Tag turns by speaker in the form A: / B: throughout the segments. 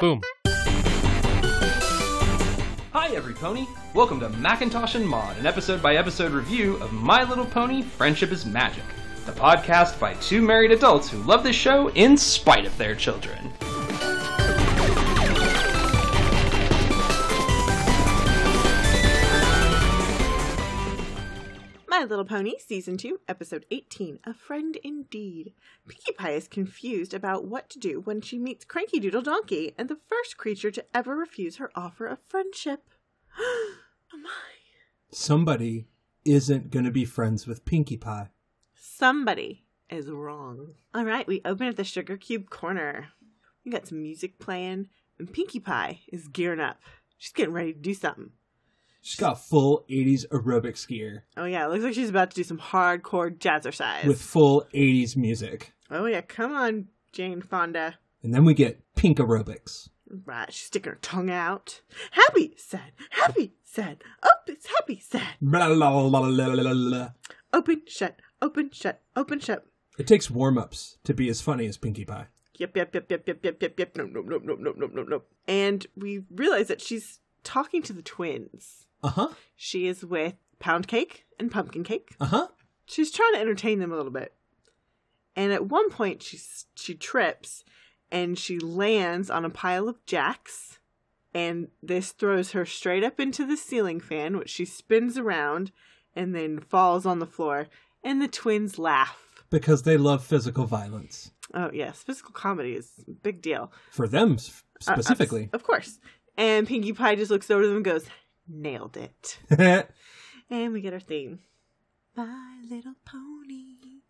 A: Boom.
B: Hi, everypony! Welcome to Macintosh and Mod, an episode by episode review of My Little Pony Friendship is Magic, the podcast by two married adults who love this show in spite of their children.
C: My Little Pony, Season 2, Episode 18 A Friend Indeed. Pinkie Pie is confused about what to do when she meets Cranky Doodle Donkey and the first creature to ever refuse her offer of friendship. oh my.
D: somebody isn't going to be friends with Pinkie Pie.
C: Somebody is wrong. All right, we open at the Sugar Cube corner. We got some music playing, and Pinkie Pie is gearing up. She's getting ready to do something.
D: She's got full 80s aerobics gear
C: Oh, yeah, it looks like she's about to do some hardcore jazzercise.
D: with full 80s music.
C: oh, yeah, come on, Jane Fonda.
D: And then we get pink aerobics.
C: Right, she's sticking her tongue out. Happy, sad, happy, sad. Up, it's happy, sad.
D: Blah, la, la, la, la, la, la, la.
C: Open, shut, open, shut, open, shut.
D: It takes warm ups to be as funny as Pinkie Pie.
C: Yep, yep, yep, yep, yep, yep, yep, yep. Nope, nope, nope, nope, nope, nope, nope, nope. And we realize that she's talking to the twins.
D: Uh huh.
C: She is with Pound Cake and Pumpkin Cake.
D: Uh huh.
C: She's trying to entertain them a little bit. And at one point, she s- she trips, and she lands on a pile of jacks, and this throws her straight up into the ceiling fan, which she spins around, and then falls on the floor. And the twins laugh.
D: Because they love physical violence.
C: Oh yes, physical comedy is a big deal.
D: For them s-
C: Uh, uh,
D: specifically.
C: of course. And Pinkie Pie just looks over to them and goes, "Nailed it."
D: Uh,
C: And we get our theme. My little pony.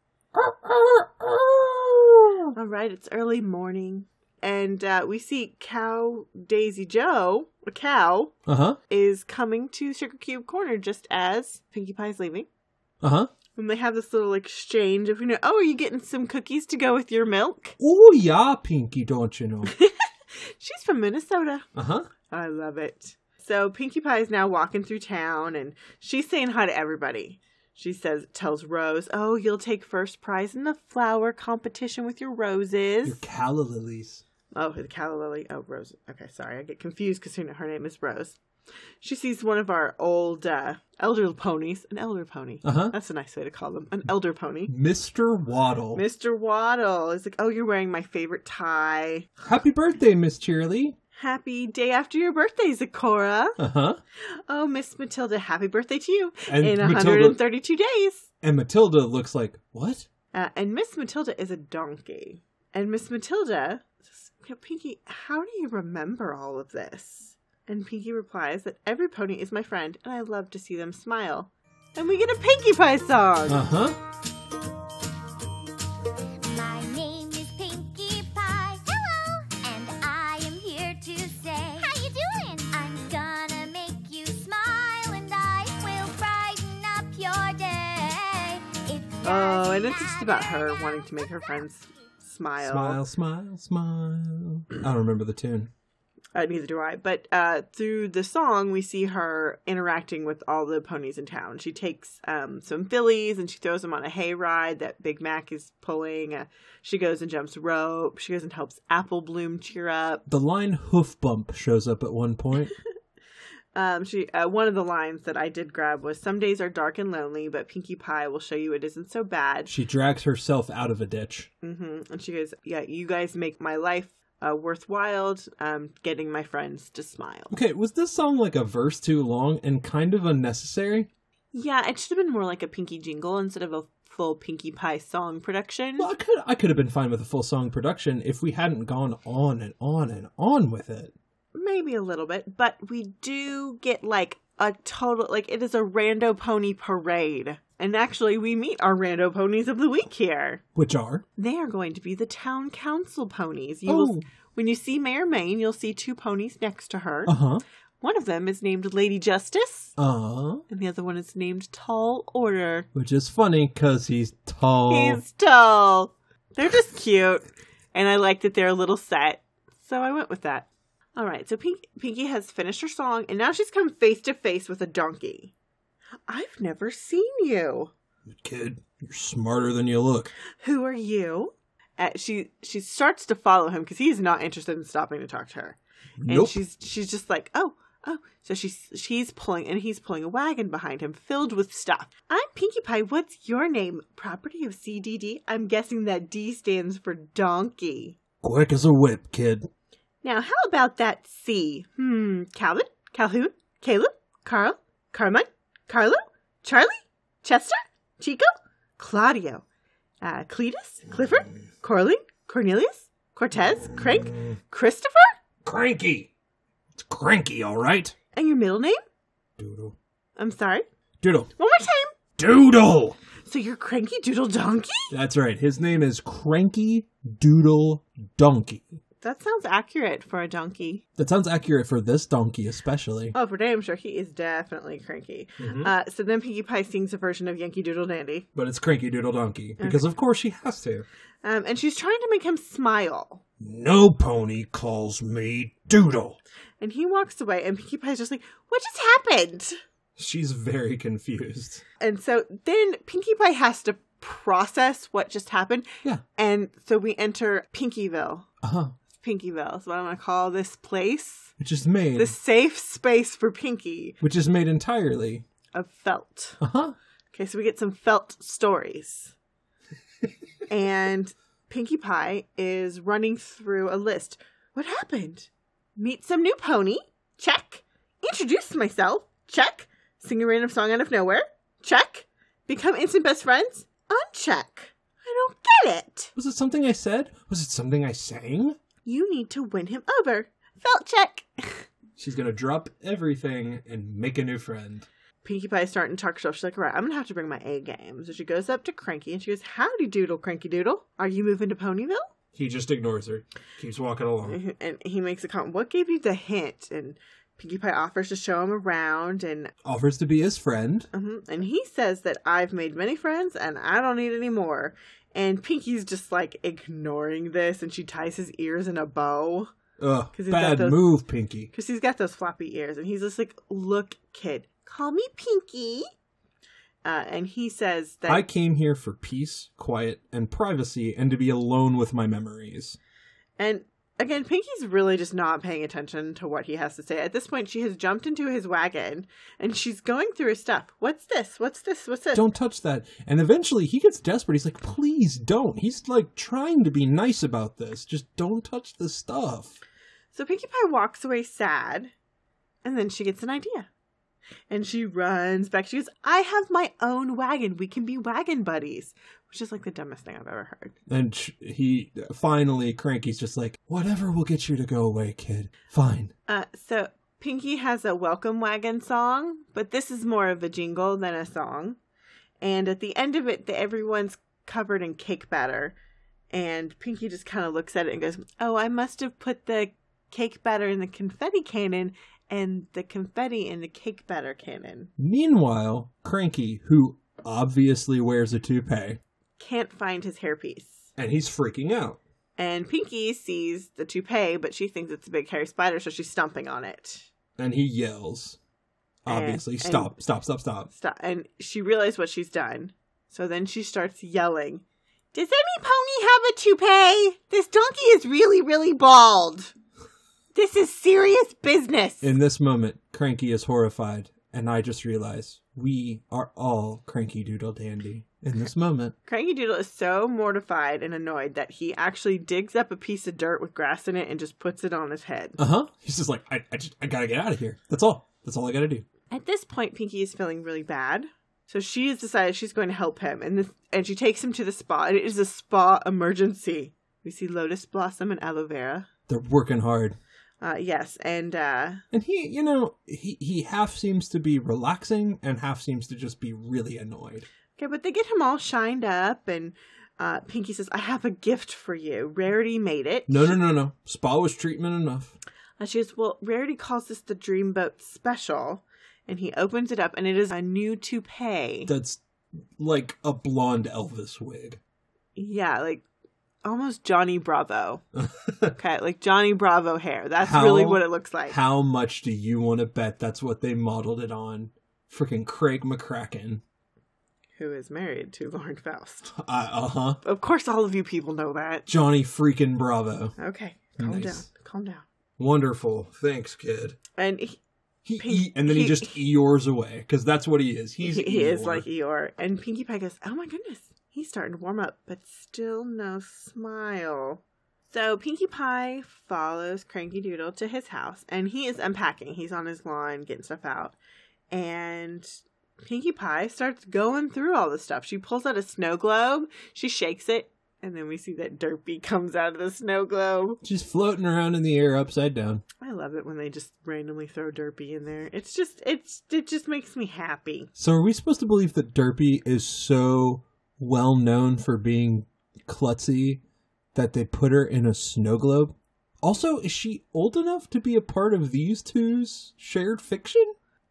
D: uh-huh.
C: All right, it's early morning. And uh, we see Cow Daisy Joe, a cow,
D: Uh huh.
C: is coming to Sugar Cube Corner just as Pinkie Pie's leaving.
D: Uh huh.
C: And they have this little exchange of, you know, oh, are you getting some cookies to go with your milk?
D: Oh, yeah, Pinkie, don't you know?
C: She's from Minnesota.
D: Uh huh.
C: I love it. So Pinkie Pie is now walking through town and she's saying hi to everybody. She says tells Rose, "Oh, you'll take first prize in the flower competition with your roses."
D: Your calla lilies.
C: Oh, the calla lily. Oh, Rose. Okay, sorry, I get confused because her, her name is Rose. She sees one of our old uh, elder ponies, an elder pony.
D: Uh huh.
C: That's a nice way to call them, an elder pony.
D: Mr. Waddle.
C: Mr. Waddle is like, "Oh, you're wearing my favorite tie.
D: Happy birthday, Miss Cheerily.
C: Happy day after your birthday, Zakora."
D: Uh huh.
C: Oh, Miss Matilda, happy birthday to you
D: And
C: in
D: Matilda-
C: 132 days.
D: And Matilda looks like, what?
C: Uh, and Miss Matilda is a donkey. And Miss Matilda, says, "Now, Pinky, how do you remember all of this? And Pinky replies that every pony is my friend, and I love to see them smile. And we get a Pinkie Pie song.
D: Uh huh.
E: My name is Pinkie Pie. Hello. And I am here to say, how you doing? I'm gonna make you smile, and I will brighten up your day. It
C: oh,
E: doesn't
C: and it's just about her wanting to make her friends smile.
D: Smile, smile, smile. I don't remember the tune.
C: Uh, neither do I. But uh, through the song, we see her interacting with all the ponies in town. She takes um, some fillies and she throws them on a hayride that Big Mac is pulling. Uh, she goes and jumps rope. She goes and helps Apple Bloom cheer up.
D: The line hoof bump shows up at one point.
C: Um, she uh, one of the lines that I did grab was, "Some days are dark and lonely, but Pinkie Pie will show you it isn't so bad."
D: She drags herself out of a ditch.
C: hmm And she goes, "Yeah, you guys make my life uh, worthwhile. Um, getting my friends to smile."
D: Okay, was this song like a verse too long and kind of unnecessary?
C: Yeah, it should have been more like a Pinky Jingle instead of a full Pinkie Pie song production.
D: Well, I could I could have been fine with a full song production if we hadn't gone on and on and on with it.
C: Maybe a little bit, but we do get like a total like it is a rando pony parade. And actually we meet our rando ponies of the week here.
D: Which are
C: They are going to be the town council ponies. You will,
D: Oh.
C: when you see Mayor Maine, you'll see two ponies next to her.
D: uh huh
C: One of them is named Lady Justice,
D: uh
C: and the other one is named Tall Order.
D: which is funny because he's tall.
C: He's tall. They're just cute. And I like that they're a little set. So I went with that. All right. So Pink- Pinky has finished her song and now she's come face to face with a donkey. I've never seen you.
D: Kid, you're smarter than you look.
C: Who are you? Uh, she she starts to follow him because he's not interested in stopping to talk to her. and
D: Nope.
C: she's she's just like oh oh so she's she's pulling and he's pulling a wagon behind him filled with stuff i'm pinkie pie what's your name property of cdd i'm guessing that d stands for donkey
D: Quick as a whip, kid.
C: now how about that c hmm calvin calhoun caleb carl carmine carlo charlie chester chico claudio uh, cletus clifford coraline cornelius cortez crank christopher
D: Cranky. It's cranky, all right.
C: and your middle name
D: Doodle.
C: i'm sorry
D: Doodle.
C: one more time
D: Doodle.
C: So you're cranky doodle donkey?
D: That's right. His name is Cranky Doodle Donkey.
C: That sounds accurate for a donkey.
D: That sounds accurate for this donkey, especially.
C: Oh, for damn sure, he is definitely cranky. Uh, so then Pinkie Pie sings a version of Yankee Doodle Dandy,
D: But it's Cranky Doodle Donkey because, of course, she has to.
C: um, and she's trying to make him smile.
D: No pony calls me Doodle.
C: And he walks away, and Pinkie Pie's just like, "What just happened?"
D: She's very confused.
C: And so then Pinkie Pie has to process what just happened,
D: Yeah.
C: and so we enter Pinkieville.
D: Uh huh.
C: Pinkieville is what I'm going to call this place,
D: Which is made.
C: the safe space for Pinkie
D: Which is made entirely.
C: of felt.
D: Uh huh.
C: Okay, so we get some felt stories. and Pinkie Pie is running through a list. What happened? Meet some new pony? Check. Introduce myself? Check. Sing a random song out of nowhere? Check. Become instant best friends? Uncheck. I don't get it.
D: Was it something I said? Was it something I sang?
C: You need to win him over. Felt check.
D: She's gonna drop everything and make a new friend.
C: Pinkie Pie is starting to talk stuff. She's like, all right, I'm going to have to bring my A game. So she goes up to Cranky and she goes, Howdy Doodle, Cranky Doodle. Are you moving to Ponyville?
D: He just ignores her, keeps walking along.
C: and he makes a comment. What gave you the hint? And Pinkie Pie offers to show him around, and
D: Offers to be his friend.
C: mhm. and he says that I've made many friends and I don't need any more. And Pinkie's just like ignoring this, and she ties his ears in a bow
D: Ugh,
C: 'Cause he's got
D: bad
C: those-
D: move, Pinky.
C: because he's got those floppy ears, and he's just like, "Look, kid, call me Pinkie." Uh, and he says that
D: I came here for peace, quiet, and privacy, and to be alone with my memories.
C: And again, Pinky's really just not paying attention to what he has to say. At this point, she has jumped into his wagon and she's going through his stuff. What's this? What's this? What's this?
D: Don't touch that. And eventually he gets desperate. He's like, please don't. He's like trying to be nice about this. Just don't touch the stuff.
C: So Pinkie Pie walks away sad and then she gets an idea. And she runs back. She goes, I have my own wagon. We can be wagon buddies, which is like the dumbest thing I've ever heard.
D: And sh- he finally, Cranky's just like, whatever will get you to go away, kid. Fine.
C: Uh, so Pinky has a welcome wagon song, but this is more of a jingle than a song. And at the end of it, the, everyone's covered in cake batter, and Pinky just kind of looks at it and goes, "Oh, I must have put the cake batter in the confetti cannon, and the confetti in the cake batter cannon."
D: Meanwhile, Cranky, who obviously wears a toupee,
C: Can't find his hairpiece.
D: and he's freaking out.
C: And Pinky sees the toupee, but she thinks it's a big hairy spider, so she's stomping on it.
D: And he yells. Obviously,
C: And-
D: stop, stop, stop, stop.
C: stop and she realized what she's done so then she starts yelling does any pony have a toupee this donkey is really really bald this is serious business
D: In this moment, Cranky is horrified, and I just realize we are all Cranky Doodle Dandy in this moment.
C: cranky doodle is so mortified and annoyed that he actually digs up a piece of dirt with grass in it and just puts it on his head
D: Uh huh. He's just like, I, I just, I gotta get out of here. That's all. That's all I gotta do.
C: At this point, Pinky is feeling really bad. So she has decided she's going to help him, and this, and she takes him to the spa. And it is a spa emergency. We see lotus blossom and aloe vera.
D: They're working hard.
C: Uh, yes, and uh,
D: And he, you know, he, he half seems to be relaxing and half seems to just be really annoyed.
C: Okay, but they get him all shined up, and uh, Pinky says, I have a gift for you. Rarity made it.
D: No, no, no, no. Spa was treatment enough.
C: And she goes, Well, Rarity calls this the Dreamboat Special. And he opens it up, and it is a new toupee.
D: That's like a blonde Elvis wig.
C: yeah, like almost Johnny Bravo. okay, like Johnny Bravo hair. That's
D: How-
C: really what it looks like.
D: How much do you want to bet that's what they modeled it on? Freaking Craig McCracken.
C: Who is married to Lauren Faust.
D: Uh huh.
C: Of course, all of you people know that.
D: Johnny freaking Bravo.
C: Okay, calm
D: Nice.
C: down. Calm down.
D: Wonderful. Thanks, kid.
C: And he,
D: He,
C: He-
D: e- and then he,
C: he-
D: just Eeyores away because that's what he is. He's
C: he is
D: Eeyore.
C: like Eeyore. And Pinkie Pie goes, Oh my goodness, he's starting to warm up, but still no smile. So Pinkie Pie follows Cranky Doodle to his house and he is unpacking. He's on his lawn getting stuff out. And Pinkie Pie starts going through all the stuff. She pulls out a snow globe, she shakes it, and then we see that Derpy comes out of the snow globe.
D: just floating around in the air upside down.
C: I love it when they just randomly throw Derpy in there. It's just it's it just makes me happy.
D: So are we supposed to believe that Derpy is so well known for being klutzy that they put her in a snow globe? Also, is she old enough to be a part of these two's shared fiction?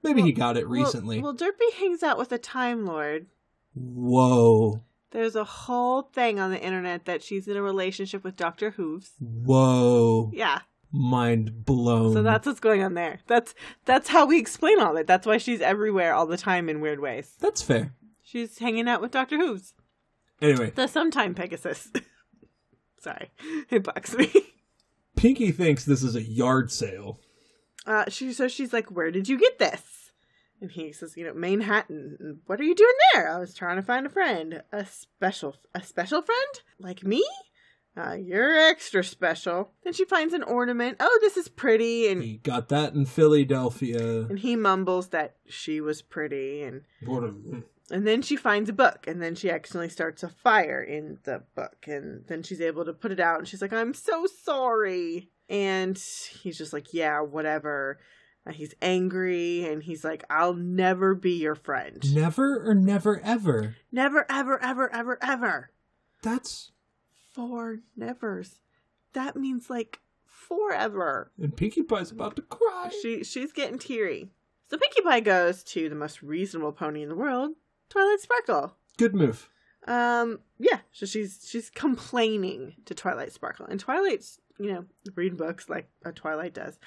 D: Maybe he
C: Well-
D: got it recently.
C: Well, well, Derpy hangs out with a Time Lord.
D: whoa.
C: There's a whole thing on the internet that she's in a relationship with Doctor Hooves.
D: Whoa.
C: Yeah.
D: Mind blown.
C: So that's what's going on there. That's that's how we explain all that. That's why she's everywhere all the time in weird ways.
D: That's fair.
C: She's hanging out with Doctor Hooves.
D: Anyway,
C: The sometime Pegasus. Sorry. It bugs me.
D: Pinky thinks this is a yard sale.
C: Uh she so she's like, Where did you get this? And he says, you know, Manhattan. What are you doing there? I was trying to find a friend. A special a special friend? Like me? Uh, you're extra special. Then she finds an ornament. Oh, this is pretty. And
D: He got that in Philadelphia.
C: and he mumbles that she was pretty and
D: What a-
C: and then she finds a book and then she accidentally starts a fire in the book and then she's able to put it out and she's like i'm so sorry and he's just like yeah whatever And he's angry and he's like i'll never be your friend
D: Never or never ever.
C: never ever ever ever ever
D: That's
C: four nevers that means like forever
D: and Pinkie Pie's about to cry.
C: She she's getting teary. So Pinkie Pie goes to the most reasonable pony in the world, Twilight Sparkle.
D: Good move.
C: Um, yeah. So she's she's complaining to Twilight Sparkle, and Twilight's you know reading books like a Twilight does.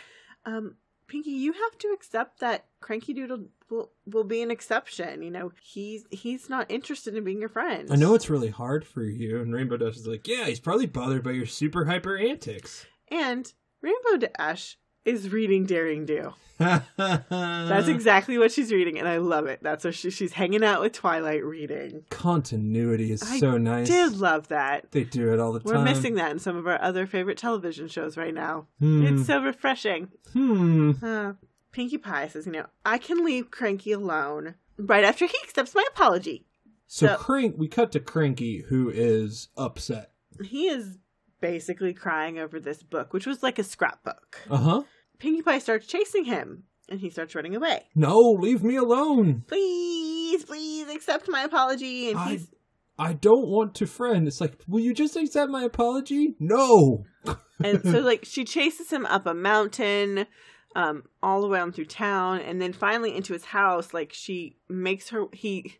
C: Um, Pinkie, you have to accept that Cranky Doodle will will be an exception. You know he's he's not interested in being your friend.
D: I know it's really hard for you, and Rainbow Dash is like, yeah, he's probably bothered by your super hyper antics.
C: And Rainbow Dash is reading Daring Do. That's
D: That's
C: exactly what she's reading, and I love it. That's what she, she's hanging out with Twilight reading.
D: continuity is
C: I
D: so nice.
C: Did love that.
D: They do it all the
C: We're
D: time.
C: missing that in some of our other favorite television shows right now.
D: Hmm.
C: It's so refreshing.
D: hmm.
C: Huh. Pinkie Pie says, you know, I can leave Cranky alone right after he accepts my apology.
D: So,
C: So-
D: Crank, we cut to Cranky, who is upset.
C: He is basically crying over this book, which was like a scrapbook.
D: Uh huh.
C: Pinkie Pie starts chasing him, and he starts running away.
D: No, leave me alone.
C: Please, please accept my apology. And
D: I-
C: he's
D: I don't want to friend. It's like, will you just accept my apology? No.
C: and so like she chases him up a mountain um all around through town and then finally into his house like she makes her he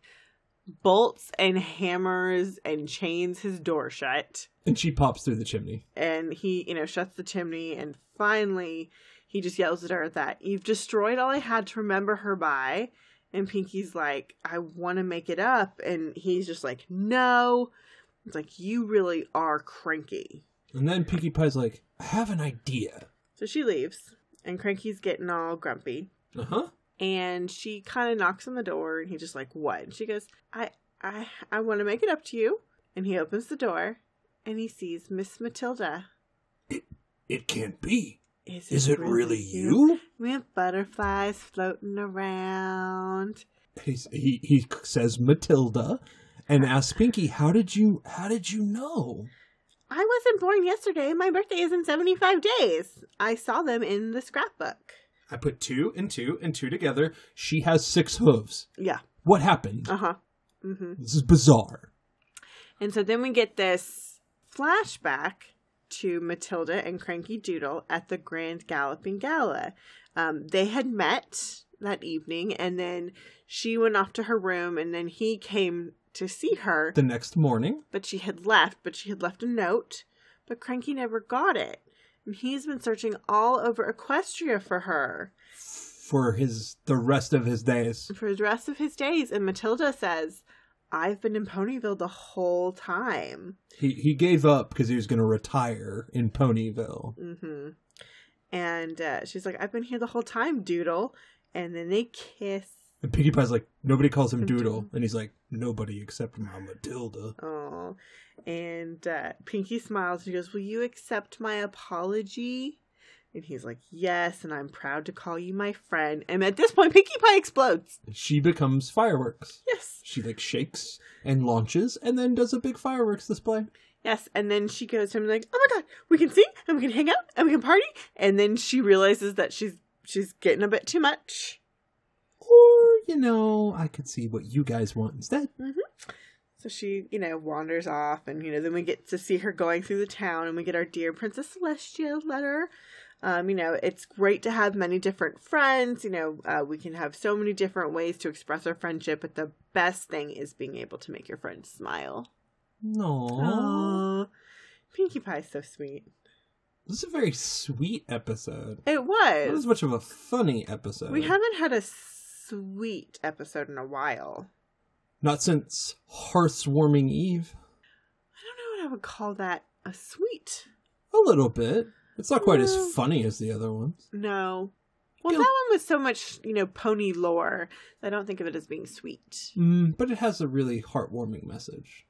C: bolts and hammers and chains his door shut
D: And she pops through the chimney.
C: and he you know shuts the chimney and finally he just yells at her that you've destroyed all i had to remember her by and pinky's like i want to make it up and he's just like no it's like you really are cranky
D: And then Pinkie Pie's like, I have an idea.
C: So she leaves, and Cranky's getting all grumpy.
D: Uh huh.
C: And she kind of knocks on the door, and he's just like, "What?" And she goes, "I, I, I want to make it up to you." And he opens the door, and he sees Miss Matilda.
D: It can't be.
C: Is
D: Is it really you?
C: We have butterflies floating around.
D: He's, he he says Matilda, and asks Pinky, "How did you how did you know?"
C: I wasn't born yesterday. My birthday is in seventy-five days. I saw them in the scrapbook.
D: I put two and two and two together. She has six hooves.
C: Yeah.
D: What happened?
C: Uh huh. Mm-hmm.
D: This is bizarre.
C: And so then we get this flashback to Matilda and Cranky Doodle at the Grand Galloping Gala. Um, they had met that evening, and then she went off to her room, and then he came to see her,
D: The next morning,
C: but she had left, but she had left a note, but Cranky never got it. And he's been searching all over Equestria for her
D: for his the rest of his days,
C: for the rest of his days, and Matilda says, I've been in Ponyville the whole time.
D: he he gave up because he was going to retire in Ponyville.
C: Mm-hmm. And uh, she's like, I've been here the whole time, Doodle. And then they kiss.
D: And Pinkie Pie's like, nobody calls him Doodle. And he's like, nobody except my Matilda.
C: Oh. And uh, Pinky smiles and she goes, Will you accept my apology? And he's like, Yes, and I'm proud to call you my friend. And at this point, Pinkie Pie explodes.
D: She becomes fireworks.
C: Yes.
D: She like shakes and launches and then does a big fireworks display.
C: Yes. And then she goes to him like, Oh my god, we can sing and we can hang out and we can party. And then she realizes that she's she's getting a bit too much.
D: Or, you know, I could see what you guys want instead.
C: So she, you know, wanders off, and you know, then we get to see her going through the town, and we get our dear Princess Celestia letter. Um, you know, it's great to have many different friends. You know, uh, we can have so many different ways to express our friendship, but the best thing is being able to make your friends smile.
D: No.
C: Aww. Pinkie Pie's so sweet.
D: This is a very sweet episode.
C: It
D: Not as
C: was.
D: much of a funny episode.
C: We haven't had a sweet episode in a while.
D: Not since Hearthswarming Eve.
C: I don't know what I would call that. A sweet?
D: A little bit. It's not quite as
C: Mm.
D: funny as the other ones.
C: No. Well,
D: Yeah.
C: that one was so much, you know, pony lore. I don't think of it as being sweet.
D: Mm, but it has a really heartwarming message.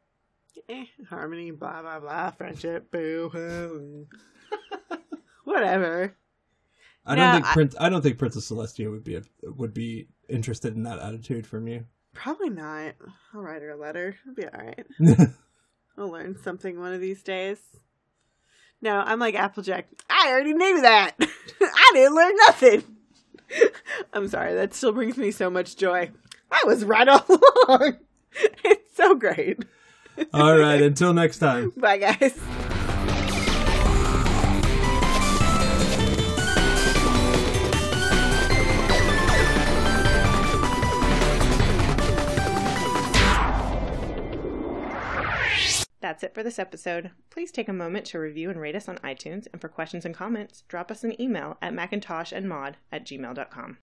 C: Eh, harmony, blah blah blah, friendship, boo hoo, whatever.
D: I don't
C: No,
D: think
C: I-
D: Prince. I don't think Princess Celestia would be a, would be interested in that attitude from you.
C: Probably not. I'll write her a letter. It'll be all right. I'll learn something one of these days. No, I'm like Applejack. I already knew that. I didn't learn nothing. I'm sorry. That still brings me so much joy. I was right all along. it's so great.
D: All right. Until next time.
C: Bye, guys.
A: That's it for this episode. Please take a moment to review and rate us on iTunes, and for questions and comments, drop us an email at macintoshandmod at gmail.com.